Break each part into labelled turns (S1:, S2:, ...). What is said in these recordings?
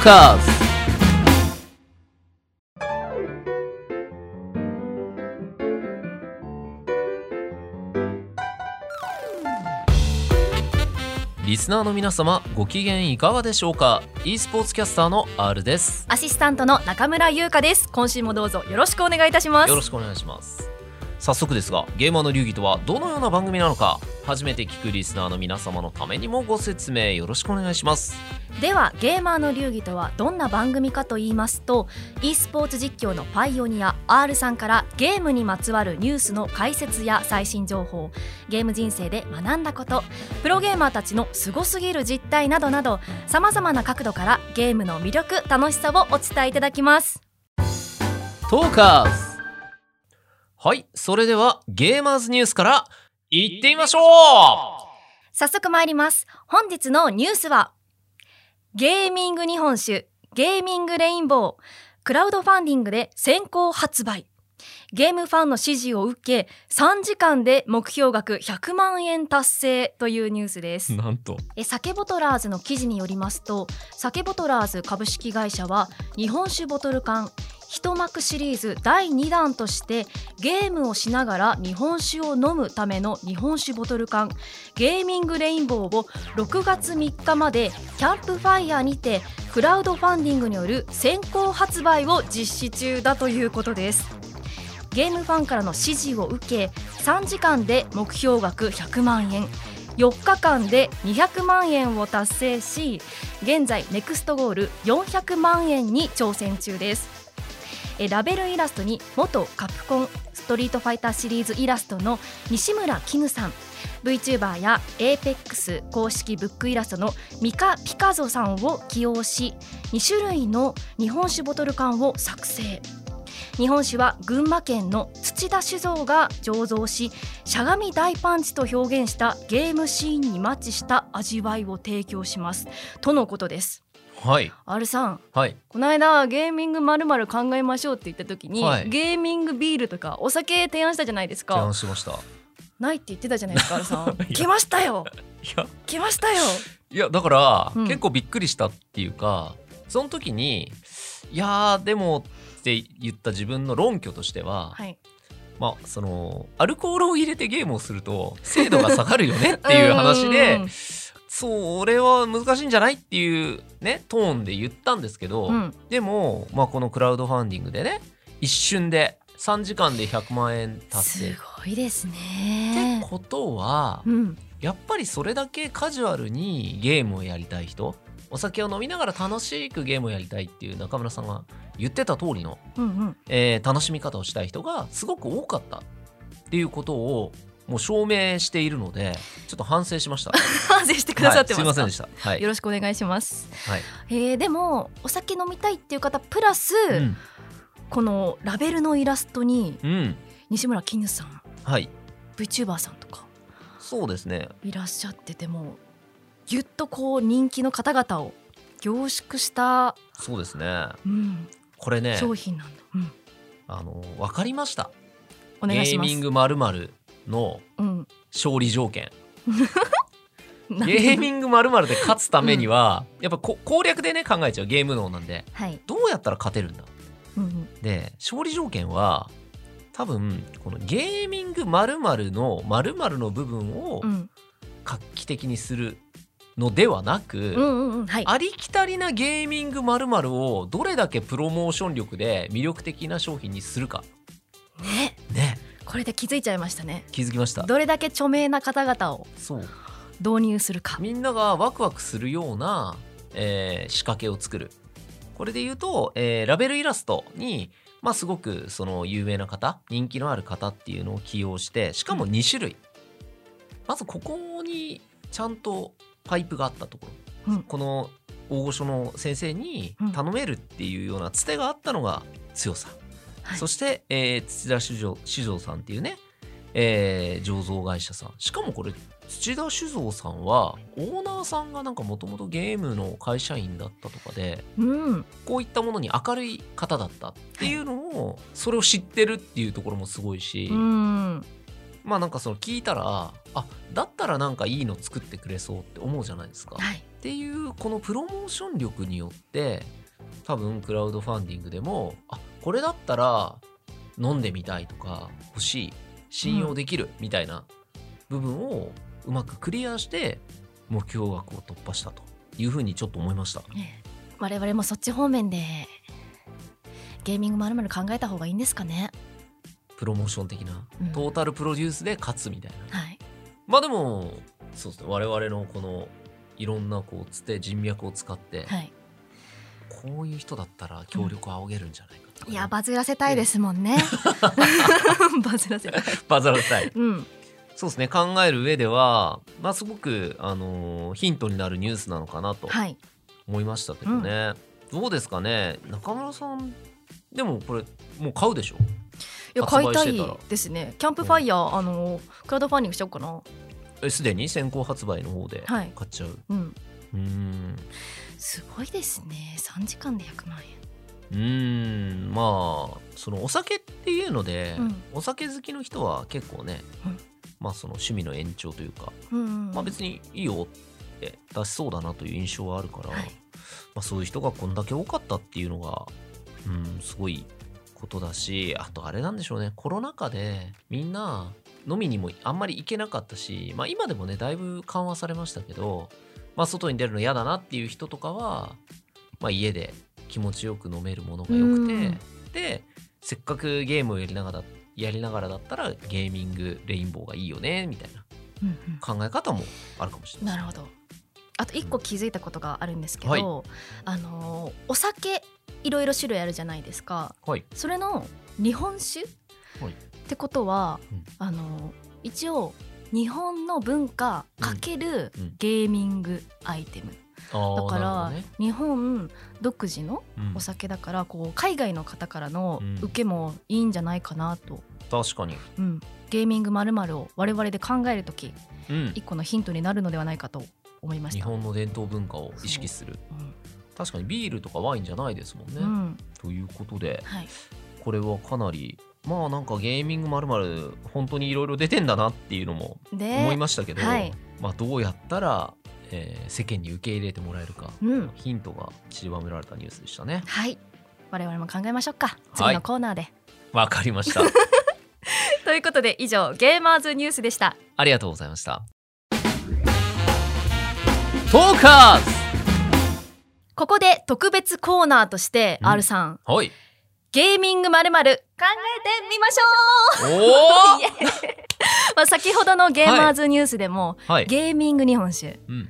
S1: カーズリスナーの皆様ご機嫌いかがでしょうか e スポーツキャスターの R です
S2: アシスタントの中村優香です。今週もどうぞよろしくお願いいたします。
S1: よろしくお願いします早速ですがゲーマーの流儀とはどのような番組なのか初めて聞くリスナーの皆様のためにもご説明よろしくお願いします
S2: ではゲーマーの流儀とはどんな番組かと言いますと e スポーツ実況のパイオニア R さんからゲームにまつわるニュースの解説や最新情報ゲーム人生で学んだことプロゲーマーたちのすごすぎる実態などなどさまざまな角度からゲームの魅力楽しさをお伝えいただきます。
S1: トーカーズはいそれではゲーマーズニュースからいってみましょう
S2: 早速参ります。本日のニュースは、ゲーミング日本酒、ゲーミングレインボー、クラウドファンディングで先行発売。ゲームファンの支持を受け、3時間で目標額100万円達成というニュースです。
S1: なんと
S2: え酒ボトラーズの記事によりますと酒ボトラーズ株式会社は日本酒ボトル缶一幕シリーズ第2弾としてゲームをしながら日本酒を飲むための日本酒ボトル缶ゲーミングレインボーを6月3日までキャンプファイヤーにてクラウドファンディングによる先行発売を実施中だということですゲームファンからの支持を受け3時間で目標額100万円4日間で200万円を達成し現在ネクストゴール400万円に挑戦中ですえラベルイラストに元カプコンストリートファイターシリーズイラストの西村絹さん VTuber や APEX 公式ブックイラストのミカ・ピカゾさんを起用し2種類の日本酒ボトル缶を作成日本酒は群馬県の土田酒造が醸造ししゃがみ大パンチと表現したゲームシーンにマッチした味わいを提供しますとのことです
S1: はい
S2: R さん
S1: はい
S2: この間ゲーミングまるまる考えましょうって言った時に、
S1: はい
S2: ゲーミングビールとかお酒提案したじゃないです
S1: 提
S2: か
S1: 案しましたい
S2: ないって言ってたじゃないですか R さん
S1: いや
S2: 来ましたよ
S1: や
S2: 来ましたよ
S1: いやだから、
S2: うん
S1: 結構びっくりしたっていうかその時にいやーでもって言った自分の論拠としては、
S2: はい
S1: まあそのアルコールを入れてゲームをすると精度が下がるよねっていう話で
S2: うんうんうん
S1: それは難しいんじゃないっていうねトーンで言ったんですけど、
S2: うん
S1: でも、まあ、このクラウドファンディングでね一瞬で3時間で100万円達成。
S2: す
S1: っ
S2: ごいです
S1: て
S2: ね
S1: ことは
S2: うん
S1: やっぱりそれだけカジュアルにゲームをやりたい人お酒を飲みながら楽しくゲームをやりたいっていう中村さんが言ってた通りの、
S2: うんうん
S1: えー楽しみ方をしたい人がすごく多かったっていうことをもう証明しているのでちょっと反省しました。
S2: 反省して くださってます
S1: はい、すい
S2: か、
S1: ませんでした。はい
S2: よろしくお願いします。
S1: はい
S2: えーでもお酒飲みたいっていう方プラス、
S1: うん
S2: このラベルのイラストに
S1: うん
S2: 西村きぬさん、
S1: はい、
S2: VTuber さんとか
S1: そうですね
S2: いらっしゃっててもぎゅっとこう人気の方々を凝縮した、
S1: そうですね
S2: うん
S1: これね
S2: 商品なんだ。うん
S1: あの分かりました
S2: お願いします。
S1: ゲーミング〇〇の
S2: うん、
S1: 勝利条件
S2: なん
S1: ゲ
S2: で
S1: ーミングまるまるで勝つためには、やっぱこ攻略でね考えちゃうゲーム脳なんで
S2: はい、
S1: どうやったら勝てるんだ
S2: うんうん、
S1: で勝利条件は多分このゲーミングまるまるのまるまるの部分を
S2: うん、
S1: 画期的にするのではなく、
S2: うんうんうん、はい、
S1: ありきたりなゲーミングまるまるをどれだけプロモーション力で魅力的な商品にするか
S2: ね、
S1: ね
S2: これで気づいちゃいましたね。
S1: 気づきました
S2: どれだけ著名な方々を
S1: そう
S2: 導入するか。
S1: みんながワクワクするような、えー仕掛けを作るこれで言うと、えーラベルイラストに、まあ、すごくその有名な方人気のある方っていうのを起用してしかも2種類、まずここにちゃんとパイプがあったところ、
S2: うん
S1: この大御所の先生に
S2: うん
S1: 頼めるっていうようなつてがあったのが強さ、
S2: はい
S1: そして、えー土田酒造酒造さんっていうね、えー醸造会社さんしかもこれ土田酒造さんはオーナーさんがなんかもともとゲームの会社員だったとかで
S2: うん、
S1: こういったものに明るい方だったっていうのをそれを知ってるっていうところもすごいし、
S2: うん、
S1: まあなんかその聞いたらあだったらなんかいいの作ってくれそうって思うじゃないですか。
S2: はい。
S1: っていうこのプロモーション力によって多分クラウドファンディングでもあこれだったら飲んでみたいとか欲しい信用できるみたいな部分をうまくクリアして目標額を突破したというふうにちょっと思いました。
S2: 我々もそっち方面でゲーミングまるまる考えた方がいいんですかね。
S1: プロモーション的な
S2: うん
S1: トータルプロデュースで勝つみたいな。
S2: はい。
S1: まあでもそうですね我々のこのいろんなこうつて人脈を使って、
S2: はい。
S1: こういう人だったら協力を仰げるんじゃないかとかね、
S2: いやバズらせたいですもんね。バズらせたい。
S1: バズらせたい
S2: うん。
S1: そうですね考える上ではまあすごくあのーヒントになるニュースなのかなと
S2: はい。
S1: 思いましたけどね、どうですかね中村さんでもこれもう買うでしょ
S2: いや買
S1: 発売
S2: い
S1: し
S2: た
S1: て
S2: い
S1: たら
S2: ですね。キャンプファイヤーあのクラウドファンディングしようかな。
S1: えすでに先行発売の方で
S2: はい
S1: 買っちゃう、
S2: うん。
S1: うーん
S2: すごいですね。三時間で100万
S1: うーんまあそのお酒っていうので、
S2: うん
S1: お酒好きの人は結構ね、
S2: うん
S1: まあその趣味の延長というか、
S2: 円。うん。
S1: まあ別にいいよって出しそうだなという印象はあるから、
S2: はい
S1: まあ、そういう人がこんだけ多かったっていうのがうんすごいことだしあとあれなんでしょうねコロナ禍でみんな飲みにもあんまり行けなかったし、まあ、今でもねだいぶ緩和されましたけど、まあ、外に出るの嫌だなっていう人とかは、まあ、家で気持ちよく飲めるものがよくて、
S2: うん
S1: でせっかくゲームをやりながらやりながらだったらゲーミングレインボーがいいよねみたいな
S2: うんうん
S1: 考え方もあるかもしれない
S2: なるほど。あと一個気づいたことがあるんですけど、
S1: はい
S2: あのーお酒いろいろ種類あるじゃないですか。
S1: はい
S2: それの日本酒、
S1: はい
S2: ってことは、
S1: うん
S2: あのー一応日本の文化かける
S1: うんうん
S2: ゲーミングアイテム、
S1: あー
S2: だか
S1: な
S2: ら、
S1: るほどね
S2: 日本独自の
S1: うん
S2: お酒だからこう海外の方からの
S1: うん
S2: 受けもいいんじゃないかなと、
S1: 確かに、
S2: うん、ゲーミングまるまるを我々で考える時
S1: うん
S2: 一個のヒントになるのではないかと思いまし
S1: 日
S2: た。
S1: 本の伝統文化を意識する
S2: うん
S1: 確かにビールとかワインじゃないですもんね、
S2: うん
S1: ということで
S2: はい、
S1: これはかなりまあなんかゲーミングまるまる本当にいろいろ出てんだなっていうのも
S2: で
S1: 思いましたけど、
S2: はい
S1: まあ、どうやったら、えー世間に受け入れてもらえるか、
S2: うん
S1: ヒントが散りばめられたニュースでしたね
S2: はい我々も考えましょうか次のコーナーで、
S1: わかりました
S2: ということで以上ゲーマーズニュースでした
S1: ありがとうございましたトーカー
S2: ここで特別コーナーとして、
S1: うん
S2: R さん
S1: ズ はい
S2: ゲーミングまるまる考えてみまし
S1: お
S2: ょうイエ ーイまあ先ほどのゲーマーズニュースでも、
S1: おはい、
S2: ゲーミング日本酒
S1: うん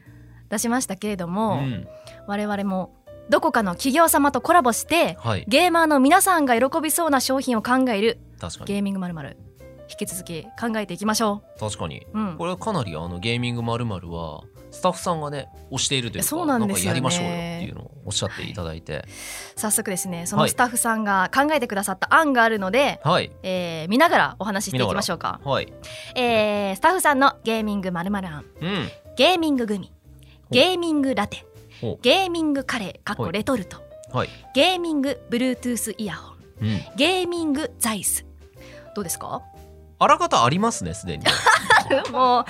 S2: 出しましたけれど
S1: う
S2: も、
S1: ん、
S2: 我々もどこかの企業様とコラボして
S1: はい
S2: ゲーマーの皆さんが喜びそうな商品を考える
S1: 確かに
S2: ゲーミングまるまる引き続き考えていきましょ
S1: 確かに
S2: う、うん、
S1: これはかなりあのゲーミングまるまるはスタッフさんがね推しているというか
S2: そうなんですよね
S1: かやりましょうよっていうのをおっしゃっていただい て
S2: 早速ですねその
S1: はい
S2: スタッフさんが考えてくださった案があるので、
S1: はい
S2: えー見ながらお話ししていきましょうか、
S1: はい、
S2: えースタッフさんのゲーミングまるまる案
S1: うん
S2: ゲーミンググミゲーミングラテ
S1: ほ
S2: ゲーミングカレーかっこ
S1: はい
S2: レトルト、
S1: うはい、
S2: ゲーミング Bluetooth イヤホン
S1: うん、
S2: ゲーミングザイスどうですか
S1: あらかたありますねす でに
S2: もう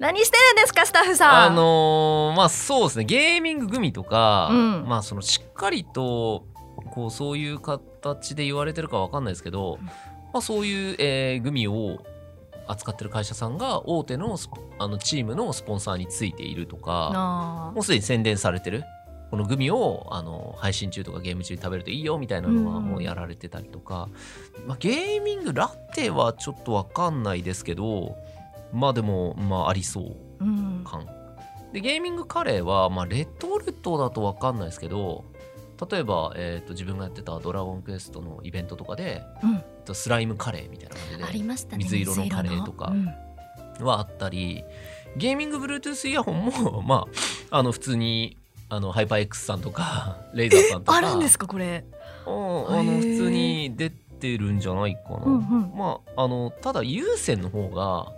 S2: 何してるんですかスタッフさ
S1: あ
S2: ん
S1: のーまあそうですねゲーミンググミとか、
S2: うん
S1: まあそのしっかりとこうそういう形で言われてるかわかんないですけど、
S2: うん
S1: まあ、そういう、えーグミを扱ってる会社さんが大手のスポあのチームのスポンサーについているとか
S2: なあ
S1: もうすでに宣伝されてるこのグミをあの配信中とかゲーム中に食べるといいよみたいなのは
S2: うん
S1: もうやられてたりとか、まあ、ゲーミングラテはちょっとわかんないですけどまあでもまあありそう
S2: うん
S1: 感でゲーミングカレーは、まあ、レトルトだとわかんないですけど例えば、えー、と自分がやってた「ドラゴンクエスト」のイベントとかで
S2: うん
S1: えっとスライムカレーみたいな感じで
S2: ありましたね
S1: 水色のカレーとか
S2: 水色の
S1: はあったりゲーミング Bluetooth イヤホンも まああの普通にあのハイパー X さんと かレイザーさん
S2: う
S1: と
S2: ん、
S1: か
S2: あるんですかこれ
S1: うんあの
S2: へー
S1: 普通に出てるんじゃないかな、
S2: うんうん
S1: まああのただ有線の方が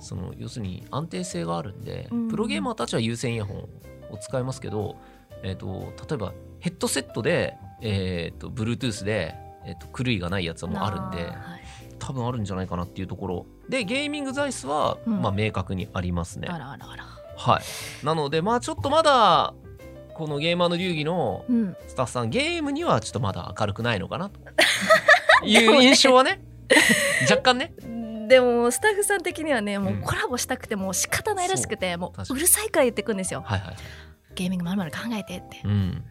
S1: その要するに安定性があるんで、
S2: うん
S1: プロゲーマーたちは有線イヤホンを使いますけど、えー、と例えばヘッドセットで、えー、と Bluetooth で、えー、と狂いがないやつはもうあるんで
S2: なあはい
S1: 多分あるんじゃないかなっていうところでゲーミングザイスは、
S2: うん
S1: まあ明確にありますね。
S2: あらあらあら
S1: はい、なのでまあちょっとまだこのゲーマーの流儀の
S2: うん、
S1: スタッフさんゲームにはちょっとまだ明るくないのかなとい
S2: でも
S1: う
S2: ね
S1: 印象はね 若干ね
S2: でもスタッフさん的にはねもううんコラボしたくてもう仕方ないらしくても
S1: 確か
S2: うう
S1: に
S2: るさいから言ってくんですよ
S1: はいはい
S2: ゲーミングまるまる考えてって
S1: うん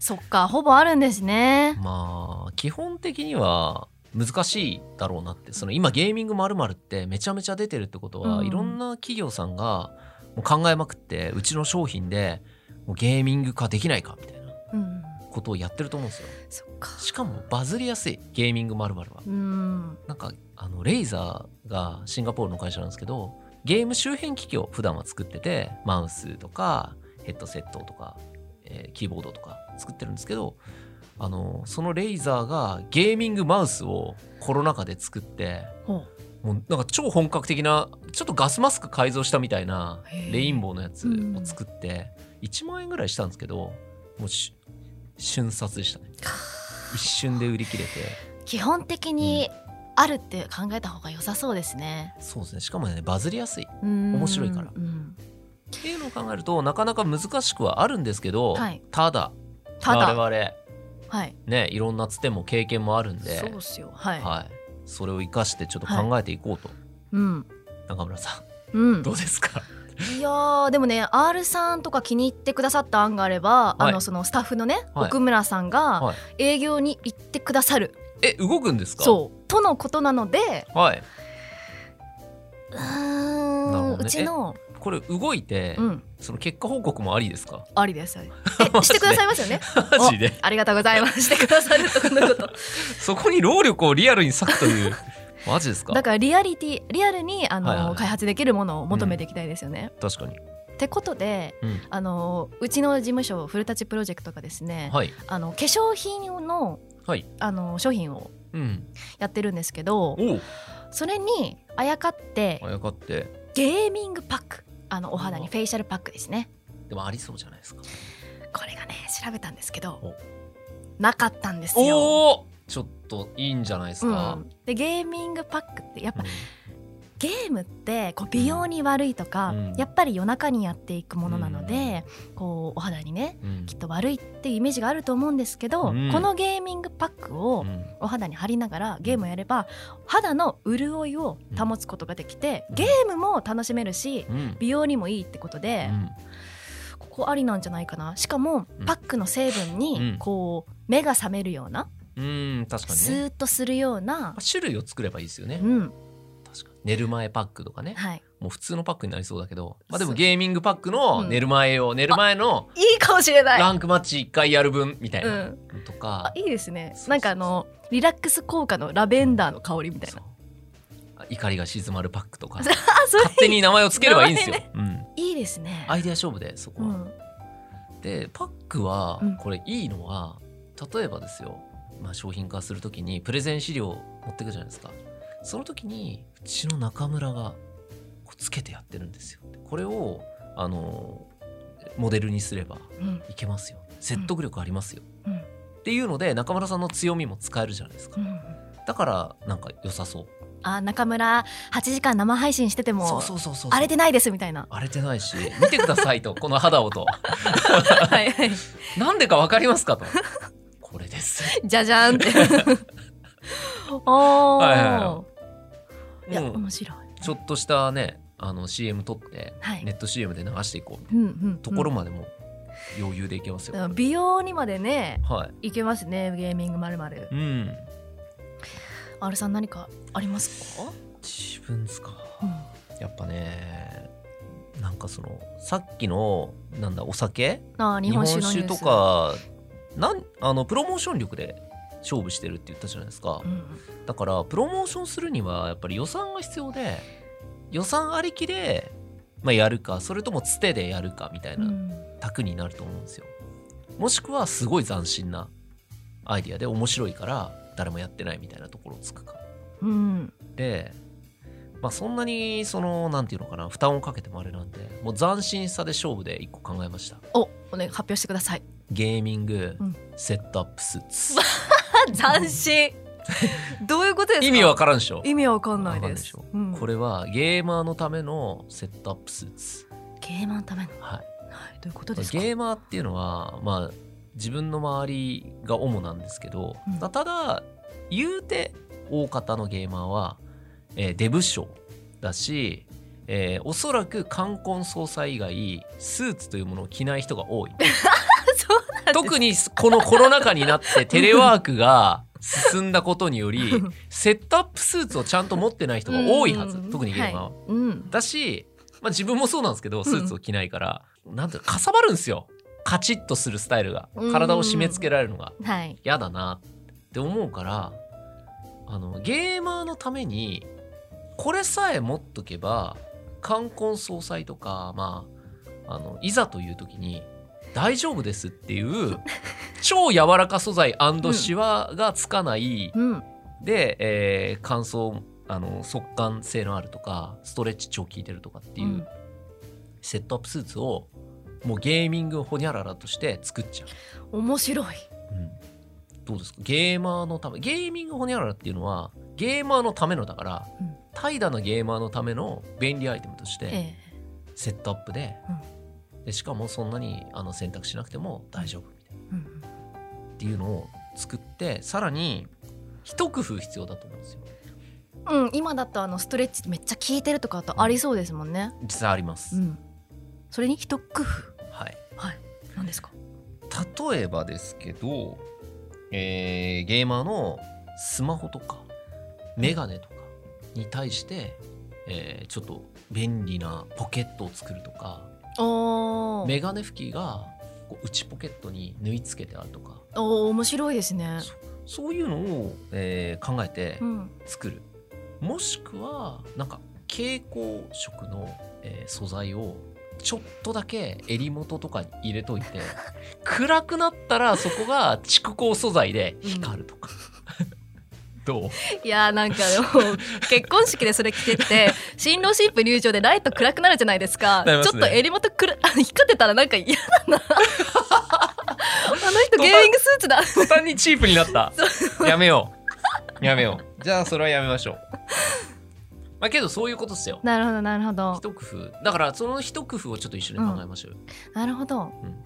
S2: そっかほぼあるんですね
S1: まあ基本的には難しいだろうなってその今ゲーミングまるってめちゃめちゃ出てるってことは、
S2: うん
S1: いろんな企業さんがもう考えまくってうちの商品でもうゲーミング化できないかみたいな
S2: うん
S1: ことをやってると思うんですよ
S2: そっか
S1: しかもバズりやすいゲーミングまるは
S2: うん
S1: なんかあのレイザーがシンガポールの会社なんですけどゲーム周辺機器を普段は作っててマウスとかヘッドセットとか、えーキーボードとか作ってるんですけどあのそのレイザーがゲーミングマウスをコロナ禍で作って
S2: ほ
S1: もうなんか超本格的なちょっとガスマスク改造したみたいな
S2: へー
S1: レインボーのやつを作って1万円ぐらいしたんですけどもうし瞬殺でしたね
S2: か
S1: 一瞬で売り切れて
S2: う基本的にあるって考えた方が良さそうですね
S1: そうですねしかもねバズりやすい
S2: 面
S1: 白いから
S2: うん、
S1: っていうのを考えるとなかなか難しくはあるんですけど、
S2: はい
S1: ただ
S2: ただ
S1: 我
S2: はい
S1: 々ねいろんなつても経験もあるんで
S2: そうっすよはい、
S1: はい、それを生かしてちょっと考えていこうと、
S2: うん
S1: 中村 さ
S2: うん
S1: んどうですか
S2: いやーでもね R さんとか気に入ってくださった案があれば、
S1: はい
S2: あのそのスタッフのね、
S1: はい
S2: 奥村さんが
S1: はい
S2: 営業に行ってくださる、
S1: え動くんですか
S2: そうとのことなので
S1: うはい
S2: う
S1: なる
S2: ー
S1: ほ
S2: ん、
S1: どね
S2: うちの
S1: これ動いて、
S2: うん
S1: その結果報告もありですか
S2: ありですありえしてくださいますよね
S1: マジで
S2: ありがとうございますしてくださるとこのこと
S1: そこに労力をリアルに割くと いうマジですか
S2: だからリアリティリアルにあの、
S1: はいはいはい
S2: 開発できるものを求めていきたいですよね、
S1: 確かに、
S2: ってことで
S1: うん、
S2: あのうちの事務所フルタッチプロジェクトがですね、
S1: はい
S2: あの化粧品の
S1: はい
S2: あの商品を
S1: うん
S2: やってるんですけど、
S1: おう
S2: それにあやかって
S1: あやかって
S2: ゲーミングパックあのお肌に
S1: うん
S2: フェイシャルパックですね
S1: でもありそうじゃないですか
S2: これがね調べたんですけど
S1: お
S2: なかったんですよ、
S1: おおちょっといいんじゃないです
S2: う
S1: か、
S2: ん、でゲーミングパックってやっぱ
S1: うん
S2: ゲームってこう美容に悪いとか、
S1: うん
S2: やっぱり夜中にやっていくものなので、こうお肌にね
S1: うん
S2: きっと悪いっていうイメージがあると思うんですけど、
S1: うん
S2: このゲーミングパックを
S1: うん
S2: お肌に貼りながらゲームをやれば肌の潤いを保つことができて、ゲームも楽しめるし
S1: うん
S2: 美容にもいいってことで、ここありなんじゃないかなしかも
S1: うん
S2: パックの成分
S1: う
S2: に
S1: ん
S2: こう目が覚めるような、
S1: うん、うん確かに
S2: ス
S1: ね
S2: ーッとするような
S1: まあ、種類を作ればいいですよね、
S2: うん
S1: 確かに寝る前パックとかね
S2: はい、
S1: もう普通のパックになりそうだけど、まあ、でも
S2: そう
S1: ゲーミングパック
S2: う
S1: の
S2: ん
S1: 寝る前を、寝る前の
S2: いいかもしれない、、
S1: ランクマッチ1回やる分みたいうなんと
S2: あ
S1: か、
S2: いいです
S1: そ
S2: ね
S1: うそうそう
S2: なんかあのリラックス効果のラベンダーの香りみたい
S1: そ
S2: な
S1: うあ怒りが静まるパックと か
S2: そう
S1: 勝
S2: あそれ
S1: 手に名前をつければいいん ですよ、うん、
S2: いいですね
S1: アイデア勝負でそこ
S2: う
S1: は。
S2: ん
S1: でパックは
S2: うん
S1: これいいのは、例えばですよ、まあ、商品化するときにプレゼン資料を持ってくじゃないですかその時にうちの中村がこうつけてやってるんですよこれをあのモデルにすれば
S2: うん
S1: いけますよ説得力ありますよ、
S2: うん
S1: っていうので中村さんの強みも使えるじゃないですか、
S2: うん
S1: だからなんか良さそう
S2: あ中村8時間生配信してても
S1: そうそうそうそう
S2: 荒れてないですみた いな
S1: 荒れてないし見てくださいと この肌をと
S2: はいはい
S1: なんでか分かりますかとこれです
S2: じゃじゃ んっておー、
S1: はい
S2: い
S1: はいは
S2: や
S1: もう
S2: 面白い
S1: ちょっとしたねあの CM 撮って、
S2: はい
S1: ネット CM で流していこうみたい
S2: うんうんうん
S1: なところまでも余裕でいけますよ、
S2: だから美容にまでね
S1: はい
S2: いけますねゲーミングまるまる
S1: うん
S2: あるさん何かありますか、
S1: 自分ですか
S2: うん
S1: やっぱねなんかそのさっきのなんだお酒
S2: あー日本酒のニュース
S1: とかなんあのプロモーション力で勝負してるって言ったじゃないですか、
S2: うん
S1: だからプロモーションするにはやっぱり予算が必要で予算ありきで、まあ、やるかそれともつてでやるかみたいうなん卓になると思うんですよもしくはすごい斬新なアイディアで面白いから誰もやってないみたいなところをつくか
S2: うん
S1: でまあそんなにそのなんていうのかな負担をかけてもあれなんでもう斬新さで勝負で一個考えました
S2: おおね発表してください
S1: ゲーミング、
S2: うん
S1: セットアップスーツ
S2: 斬新どういうことですか
S1: 意味わからんでしょ
S2: 意味わかんない
S1: わかんない
S2: で
S1: ですしょ
S2: うん
S1: これはゲーマーのためのセットアップスーツ
S2: 経営のための、
S1: はい、
S2: はい、どういうことですか
S1: ゲーマーっていうのは、まあ、自分の周りが主なんですけど、
S2: うん
S1: まあただ言うて大方のゲーマーは、えーデブ賞だし、えーおそらく冠婚葬祭以外スーツというものを着ない人が多 い
S2: そうなんです
S1: 特にこのコロナ禍にな ってテレワークが進んだことによりセットアップスーツをちゃんと持ってない人が多いはず
S2: うん
S1: 特にゲーマーは。
S2: うん
S1: だし、まあ、自分もそうなんですけどスーツを着ないから、なんていうかかさばるんですよカチッとするスタイルが
S2: うん
S1: 体を締め付けられるのが
S2: はい
S1: 嫌だなって思うからあのゲーマーのためにこれさえ持っとけば冠婚葬祭とか、まあ、あのいざという時に大丈夫ですっていう超柔らか素材シワがつかない、
S2: うん
S1: で、えー乾燥あの速乾性のあるとかストレッチ超効いてるとかっていう、
S2: うん
S1: セットアップスーツをもうゲーミングホニャララとして作っちゃう、
S2: 面白い
S1: うんどうですかゲーマーのためゲーミングホニャララっていうのはゲーマーのためのだから、
S2: うん
S1: 怠惰なゲーマーのための便利アイテムとして、
S2: え
S1: セットアップで,、でしかもそんなにあの選択しなくても大丈夫みたいな
S2: えうん
S1: っていうのを作ってさらに一工夫必要だと思うんですよ
S2: うん、うん今だとあのストレッチめっちゃ効いてるとかとありそうですもんね
S1: 実際あります、
S2: うんそれに一工夫
S1: はい
S2: はい何ですか
S1: 例えばですけど、えーゲーマーのスマホとかメガネとかに対して、えーちょっと便利なポケットを作るとか
S2: おー
S1: メガネ拭きがこう内ポケットに縫い付けてあるとか
S2: おー面白いですね
S1: そういうのを、えー考えて
S2: うん
S1: 作る、もしくはなんか蛍光色の、えー素材をちょっとだけ襟元とかに入れとい て暗くなったらそこが蓄光素材で光るとか、どう
S2: いやーなんかでも 結婚式でそれ着てって新郎新婦入場でライト暗くなるじゃないですか
S1: なりま
S2: ち
S1: す
S2: ょっ
S1: ね
S2: と襟元くる 光ってたらなんか嫌だ なあの人ゲーミングスーツだ
S1: 途端にチープにな ったやめようやめようじゃあそれはやめましょうまあけどそういうことっすよ
S2: なるほどなるほど
S1: 一工夫だからその一工夫をちょっと一緒に考えましょうよ、
S2: なるほど
S1: うん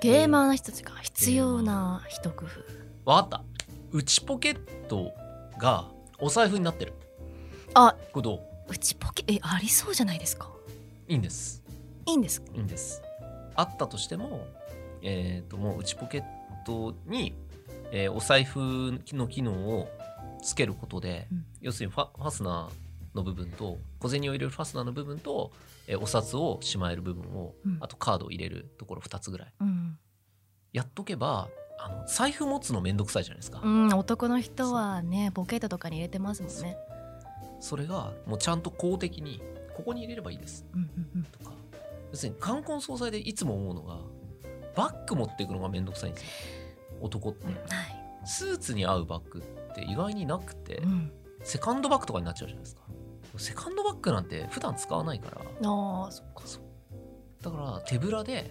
S2: ゲーマーの人たちが必要な一工夫
S1: わかった内ポケットがお財布になってる
S2: あ
S1: これどう
S2: うちポケえありそうじゃないですか
S1: いいんです
S2: いいんですか
S1: いいんですあったとしてもえっ、ともう内ポケットに、えーお財布の機能をつけることで、
S2: うん
S1: 要するにファファスナーの部分と小銭を入れるファスナーの部分と、えーお札をしまえる部分を、
S2: うん
S1: あとカードを入れるところ2つぐらい
S2: うん、
S1: やっとけばあの財布持つのめんどくさいじゃないですか、
S2: うん、男の人はねポケットとかに入れてますもんね
S1: それがもうちゃんと公的にここに入れればいいです
S2: うんうんうん
S1: とか要するに冠婚葬祭でいつも思うのがバッグ持っていくのがめんどくさいんですよ男って
S2: はい
S1: スーツに合うバッグって意外になくて
S2: うん
S1: セカンドバッグとかになっちゃうじゃないですかセカンドバッグなんて普段使わないから
S2: あーそっか
S1: だから手ぶらで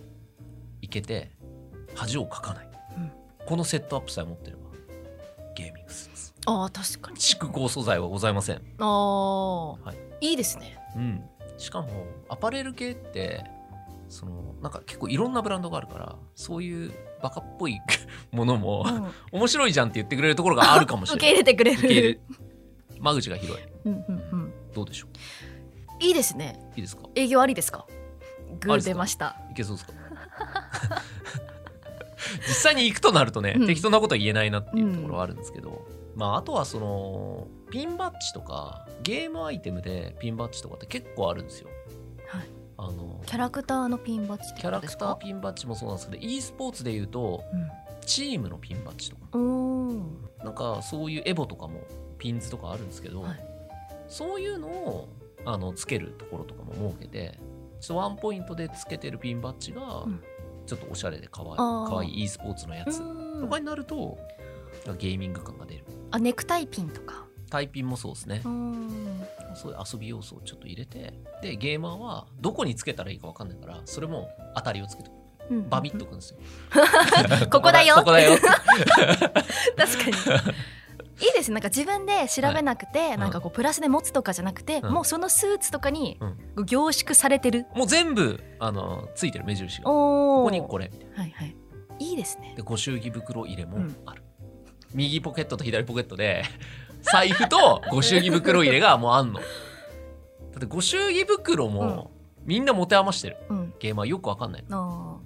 S1: いけて恥をかかない、
S2: うん
S1: このセットアップさえ持ってればゲーミングスーツ
S2: あー確かに
S1: 蓄光素材はございません
S2: ああ、、
S1: はい
S2: いですね。
S1: うん、しかもアパレル系ってそのなんか結構いろんなブランドがあるからそういうバカっぽい ものも、
S2: うん
S1: 面白いじゃんって言ってくれるところがあるかもし れ
S2: 受け
S1: ない
S2: 入れてくれ
S1: 受け入れ
S2: る。
S1: 間口が広い
S2: うんうんうん
S1: どうでしょう
S2: いいですね。
S1: いいですか
S2: 営業ありですか。グ
S1: あり
S2: ー
S1: です
S2: 出
S1: か
S2: ました。
S1: いけそうですか 実際に行くとなるとね、
S2: うん
S1: 適当なことは言えないなっていうところはあるんですけど、まああとはそのピンバッジとかゲームアイテムでピンバッジとかって結構あるんですよ、
S2: はい
S1: あの
S2: キャラクターのピンバッジっ
S1: キャ
S2: てこと
S1: ラ
S2: で
S1: ク
S2: す
S1: ター
S2: か。
S1: ピンバッジもそうなんですけど e スポーツで言うとチームのピンバッジとか
S2: うん。おー
S1: なんかそういうエボとかもピンズとかあるんですけど、
S2: はい
S1: そういうのをあのつけるところとかも設けてちょっとワンポイントでつけてるピンバッジが
S2: うん
S1: ちょっとおしゃれでかわいい、
S2: あー
S1: かわいい e スポーツのや
S2: う
S1: つとか
S2: ーん。
S1: になるとなんかゲーミング感が出る
S2: あ、ネクタイピンとか。
S1: タイピンもそうですね
S2: うーん。
S1: そういう遊び要素をちょっと入れてでゲーマーはどこにつけたらいいかわかんないからそれも当たりをつけて
S2: うん
S1: バビッと。くんですよ
S2: ここだよ
S1: ここだよ
S2: 確かいいですねなんか自分で調べなくて、なんかこうプラスで持つとかじゃなくて、
S1: うん
S2: もうそのスーツとかに
S1: うん
S2: こう凝縮されてる、
S1: もう全部あのついてる目印がこ
S2: おお
S1: こにこれ
S2: はいはいいいですね
S1: でご祝儀袋入れも
S2: うん
S1: ある、右ポケットと左ポケットで 財布とご祝儀袋入れがもうあんのだってご祝儀袋もみんな持て余してる
S2: うん
S1: ゲーマーよくわかんない
S2: あ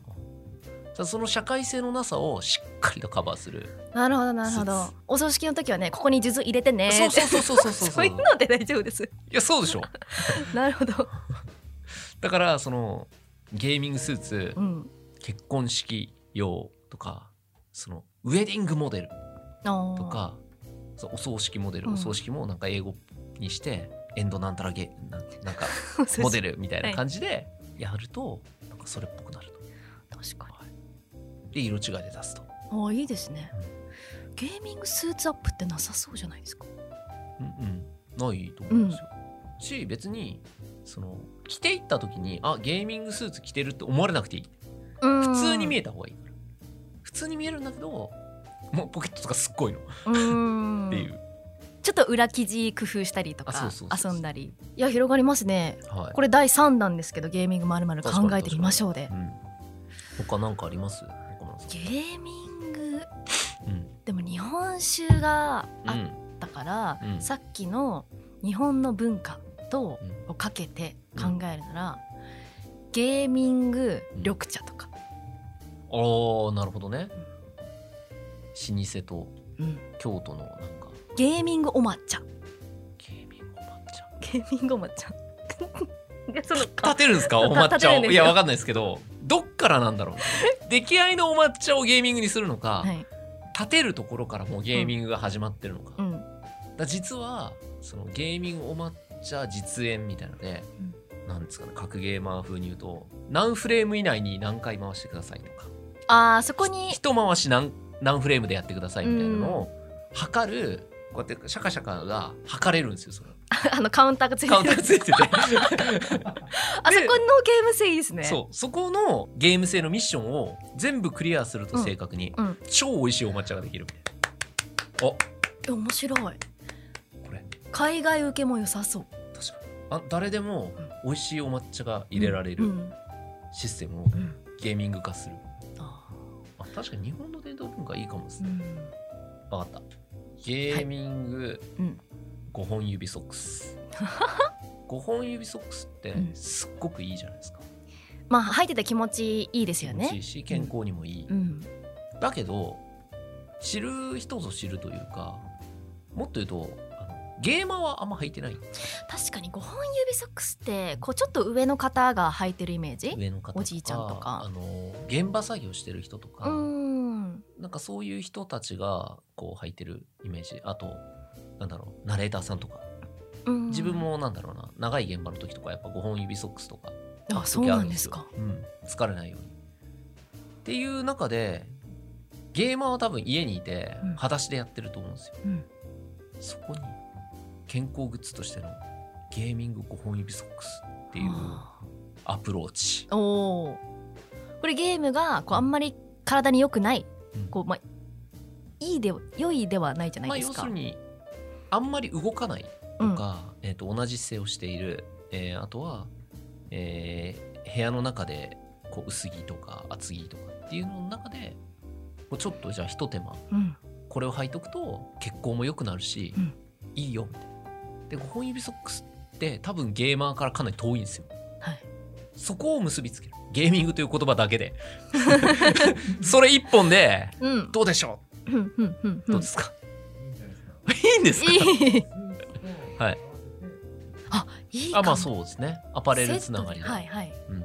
S1: ただその社会性のなさをしっかりとカバーする、
S2: ーなるほどなるほど
S1: スー
S2: お葬式の時はねここに数珠入れてね
S1: そうそうそうそうそう
S2: そ
S1: そうう
S2: いうので大丈 夫です
S1: いやそうでしょ
S2: なるほど
S1: だからそのゲーミングスーツ
S2: うん
S1: 結婚式用とかそのウェディングモデルと
S2: と
S1: かそうお葬式モデル、
S2: うん
S1: お葬式もなんか英語にしてエンドなんたらゲなん なんかモデ
S2: ル
S1: ルみたいな感じでやるとなんかそれっぽくなると
S2: 確かに
S1: で色違いで出すと
S2: ああいいですねゲーミングスーツアップってなさそうじゃないですか
S1: うんうんないと思うんですよ、し別にその着ていった時にあゲーミングスーツ着てるって思われなくていい
S2: 普
S1: 普通に見
S2: え
S1: えた方がいいから普通に見えるんだけどもうポケットとかすっごいのっ
S2: るうん
S1: ていう、
S2: ちょっと裏生地工夫したりとか
S1: あそうそうそうそう
S2: 遊んだりいや広がりますね
S1: はい
S2: これ第3弾ですけどゲーミングまるまる考えてみましょうで
S1: うん、他なんかあります岡村さ
S2: ゲーミング
S1: ん、うん
S2: でも日本酒が
S1: う
S2: あっ
S1: ん
S2: たから、
S1: うん
S2: さっきの日本の文化と
S1: うん
S2: をかけて考えるなら、ゲーミング
S1: うん
S2: 緑茶とか、
S1: ああなるほどね老舗と
S2: うん
S1: 京都のなんか
S2: ゲーミングお抹茶
S1: ゲーミングお抹茶
S2: ゲーミングお抹茶い やその
S1: 立てるんですかお抹
S2: 立て
S1: 茶
S2: るん
S1: を
S2: ですよ
S1: いやわかんないですけどどっからなんだ ろう出来合いのお抹茶をゲーミングにするのか、
S2: はい、
S1: 立てるところからもうゲーミングが始まってるのか,、
S2: う
S1: だか
S2: ん、
S1: ら実はそのゲーミングお抹茶実演みたいなので、なんですかね格ゲーマー風に言うと何フレーム以内に何回回してくださいとか
S2: あーそ こに
S1: 一回し何何フレームでやってくださいみたいなのを測る、こうやってシャカシャカが測れるんですよそれ
S2: あのカウンターがつい
S1: カウン
S2: て
S1: ター
S2: る
S1: ついてて
S2: あそこのゲーム性いいですね
S1: そうそこのゲーム性のミッションを全部クリアすると正確に、
S2: うんうん
S1: 超美味しいお抹茶ができるみたいな
S2: え面白い
S1: おこれ
S2: 海外受けも良さそう
S1: 確かにあ誰でも美味しいお抹茶が入れられ
S2: う
S1: る
S2: ん
S1: システムを
S2: うん
S1: ゲーミング化する、
S2: あー
S1: あ確かに日本の伝統文化いいかもです
S2: う
S1: ね、
S2: ん
S1: わかったゲーミング
S2: うん
S1: 5本指ソック ス、5本指ソックスって
S2: うん
S1: すっごくいいじゃないですか、
S2: まあ入ってて気持ちいいです
S1: 気
S2: よ
S1: 持ちいい
S2: ね
S1: し健康にもいい、
S2: うん
S1: だけど知る人ぞ知るというかもっと言うとあのゲーマーはあんま履いてない
S2: 確かに5本指ソックスってこうちょっと上の方が履いてるイメージ
S1: 上の方とか
S2: おじいちゃんとか
S1: あの現場作業してる人と
S2: う
S1: か、
S2: ん
S1: なんかそういう人たちがこう履いてるイメージあとなんだろうナレーターさんとか
S2: うん
S1: 自分もなんだろうな長い現場の時とかやっぱ5本指ソックスとか
S2: あそうなんですか、
S1: うん、疲れないようにっていう中でゲーマーは多分家にいて
S2: うん
S1: 裸足でやってると思うんですよ、
S2: うん
S1: そこに健康グッズとしてのゲーミング5本指ソックスっていう
S2: あ
S1: アプローチ
S2: ーおーこれゲームがこうあんまり体に良くない
S1: うん
S2: こうまあいいで良いではないじゃな
S1: まあ
S2: いで
S1: 要
S2: す
S1: す
S2: か、
S1: るにあんまり動かないとか、えー、と同じ姿勢をしている、えーあとは、えー部屋の中でこう薄着とか厚着とかっていうのの中でこうちょっとじゃあひと手間
S2: うんうん
S1: これを履いとくと血行も良くなるし、
S2: うん
S1: いいよみたいなで5本指ソックスって多分ゲーマーからかなり遠いんですよ
S2: はい
S1: そこを結びつけるゲーミングという言葉だけで それ一本で
S2: うん
S1: どうでしょ
S2: うんうんうん
S1: う
S2: う
S1: ど
S2: ん
S1: うですか、いいんですか
S2: いい
S1: はい
S2: いいか
S1: あ
S2: も
S1: まあそうですねアパレルつながり
S2: セッ
S1: で、
S2: トではいはい
S1: うん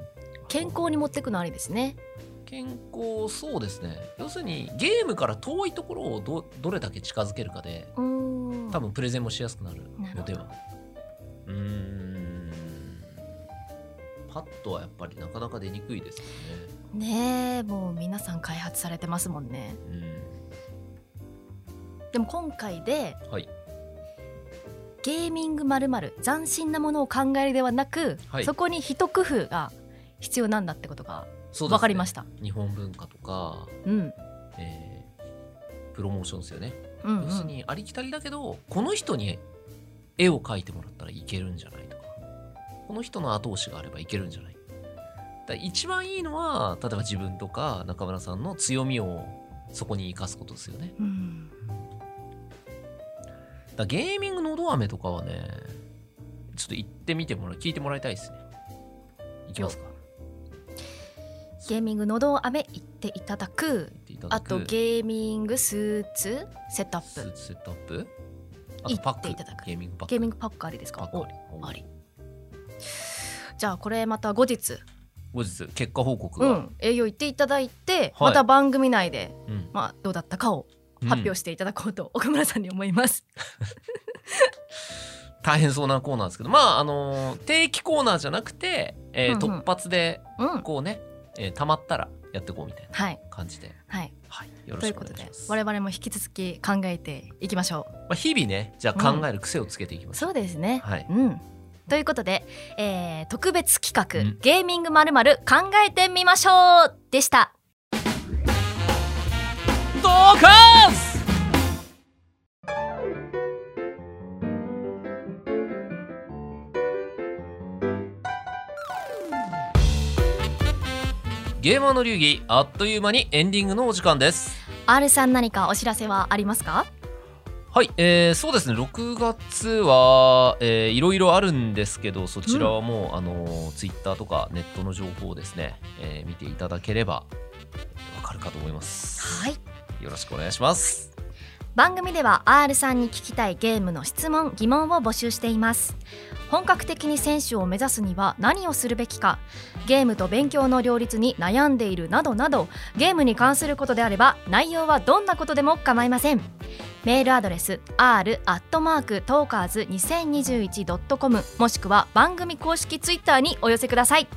S2: 健康に持ってくのありですね
S1: 健康そうですね要するにゲームから遠いところをどどれだけ近づけるかで
S2: うーん
S1: 多分プレゼンもしやすくなる
S2: なる
S1: の
S2: ほ
S1: で
S2: ど
S1: はうーんパッドはやっぱりなかなか出にくいですよ
S2: ねえもう皆さん開発されてますもんね
S1: ね
S2: でも今回で
S1: うんはい
S2: ゲーミングまるまる斬新なものを考えるではなく、
S1: はい
S2: そこに一工夫が必要なんだってことが
S1: そうですね
S2: 分かりました
S1: 日本文化とか、
S2: うん
S1: えプロモーションですよね、
S2: うんうん
S1: 要するにありきたりだけどこの人に絵を描いてもらったらいけるんじゃないとかこの人の後押しがあればいけるんじゃないだから一番いいのは例えば自分とか中村さんの強みをそこに生かすことですよね
S2: うん
S1: だからゲーミングのど飴とかはねちょっと行ってみてもらう聞いてもらいたいですね行きますか
S2: ゲーミングのど飴行っていただく
S1: 行っていただく
S2: あとゲーミングスーツセットア
S1: ス
S2: ッ
S1: ー
S2: プ
S1: ツセットアップあとパック
S2: 行っていただく
S1: ゲーミングパック
S2: ゲーミングパックありです
S1: パ
S2: か
S1: ック
S2: お
S1: あり
S2: ありじゃあこれまた後日、
S1: 後日結果報告
S2: う
S1: が、
S2: ん、営業行っていただいて、
S1: はい
S2: また番組内で、
S1: うん
S2: まあ、どうだったかを発表していただこうと岡村さんに思います。
S1: 大変そうなコーナーですけどまああのー定期コーナーじゃなくて、えー
S2: うんうん
S1: 突発で
S2: うん、
S1: こうね、えー溜まったらやってこうみたいな
S2: はい、
S1: 感じで、
S2: はい、
S1: はい、よろ
S2: と
S1: し
S2: いう
S1: く
S2: こ
S1: お
S2: と
S1: 願いし
S2: で
S1: ます。
S2: 我々も引き続き考えていきましょう。
S1: まあ、日々ねじゃあ考える癖をつけていきます。
S2: そうですね、
S1: はい、
S2: うんということで、えー特別企画
S1: うん
S2: 「ゲーミングまるまる考えてみましょう」でした。
S1: ドカンスゲーマーの流儀あっという間にエンディングのお時間です。
S2: R さん何かお知らせはありますか
S1: はい、えーそうですね6月は、えーいろいろあるんですけどそちらはもう、あのツイッター Twitter とかネットの情報をですね、えー見ていただければわかるかと思います、
S2: はい
S1: よろしくお願いします
S2: 番組では R さんに聞きたいゲームの質問疑問を募集しています本格的に選手を目指すには何をするべきかゲームと勉強の両立に悩んでいるなどなどゲームに関することであれば内容はどんなことでも構いませんメールアドレス r アットマークトーカーズ 2021.com もしくは番組公式ツイッターにお寄せください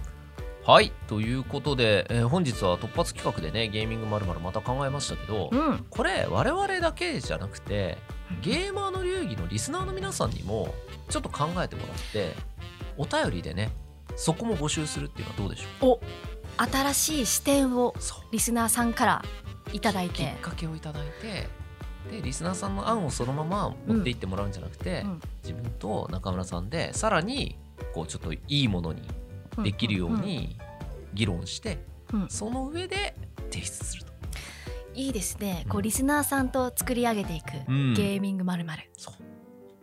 S1: はいということで、えー本日は突発企画でねゲーミングまるまるまた考えましたけど、
S2: うん
S1: これ我々だけじゃなくてゲーマーの流儀のリスナーの皆さんにもちょっと考えてもらってお便りでねそこも募集するっていうのはどうでしょ
S2: お新しい視点を
S1: うそう
S2: リスナーさんからいただい
S1: き
S2: て
S1: っかけをいただいてでリスナーさんの案をそのまま持っていってもらうんじゃなくて、
S2: うんうん
S1: 自分と中村さんでさらにこうちょっといいものにできるように議論して、
S2: うんうん
S1: その上で提出すると。
S2: いいですね。
S1: うん
S2: こうリスナーさんと作り上げていく、
S1: うん
S2: ゲーミングまるまる。
S1: そう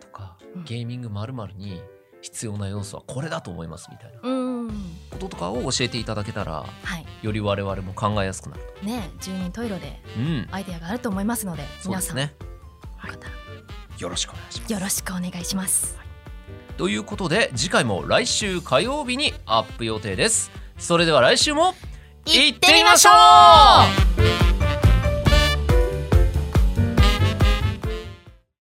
S1: とか、
S2: うん
S1: ゲーミングまるに必要な要素はこれだと思いますみたいな
S2: うん、
S1: こととかを教えていただけたら
S2: はい。
S1: より我々も考えやすくなると。
S2: ね、住人トイロで
S1: うん
S2: アイデアがあると思いますので、
S1: そう
S2: 皆
S1: で
S2: さ
S1: す
S2: ん、よ
S1: ね。
S2: かったら
S1: よろしくお願いします。
S2: よろしくお願いします。
S1: ということで次回も来週火曜日にアップ予定ですそれでは来週も行ってみましょう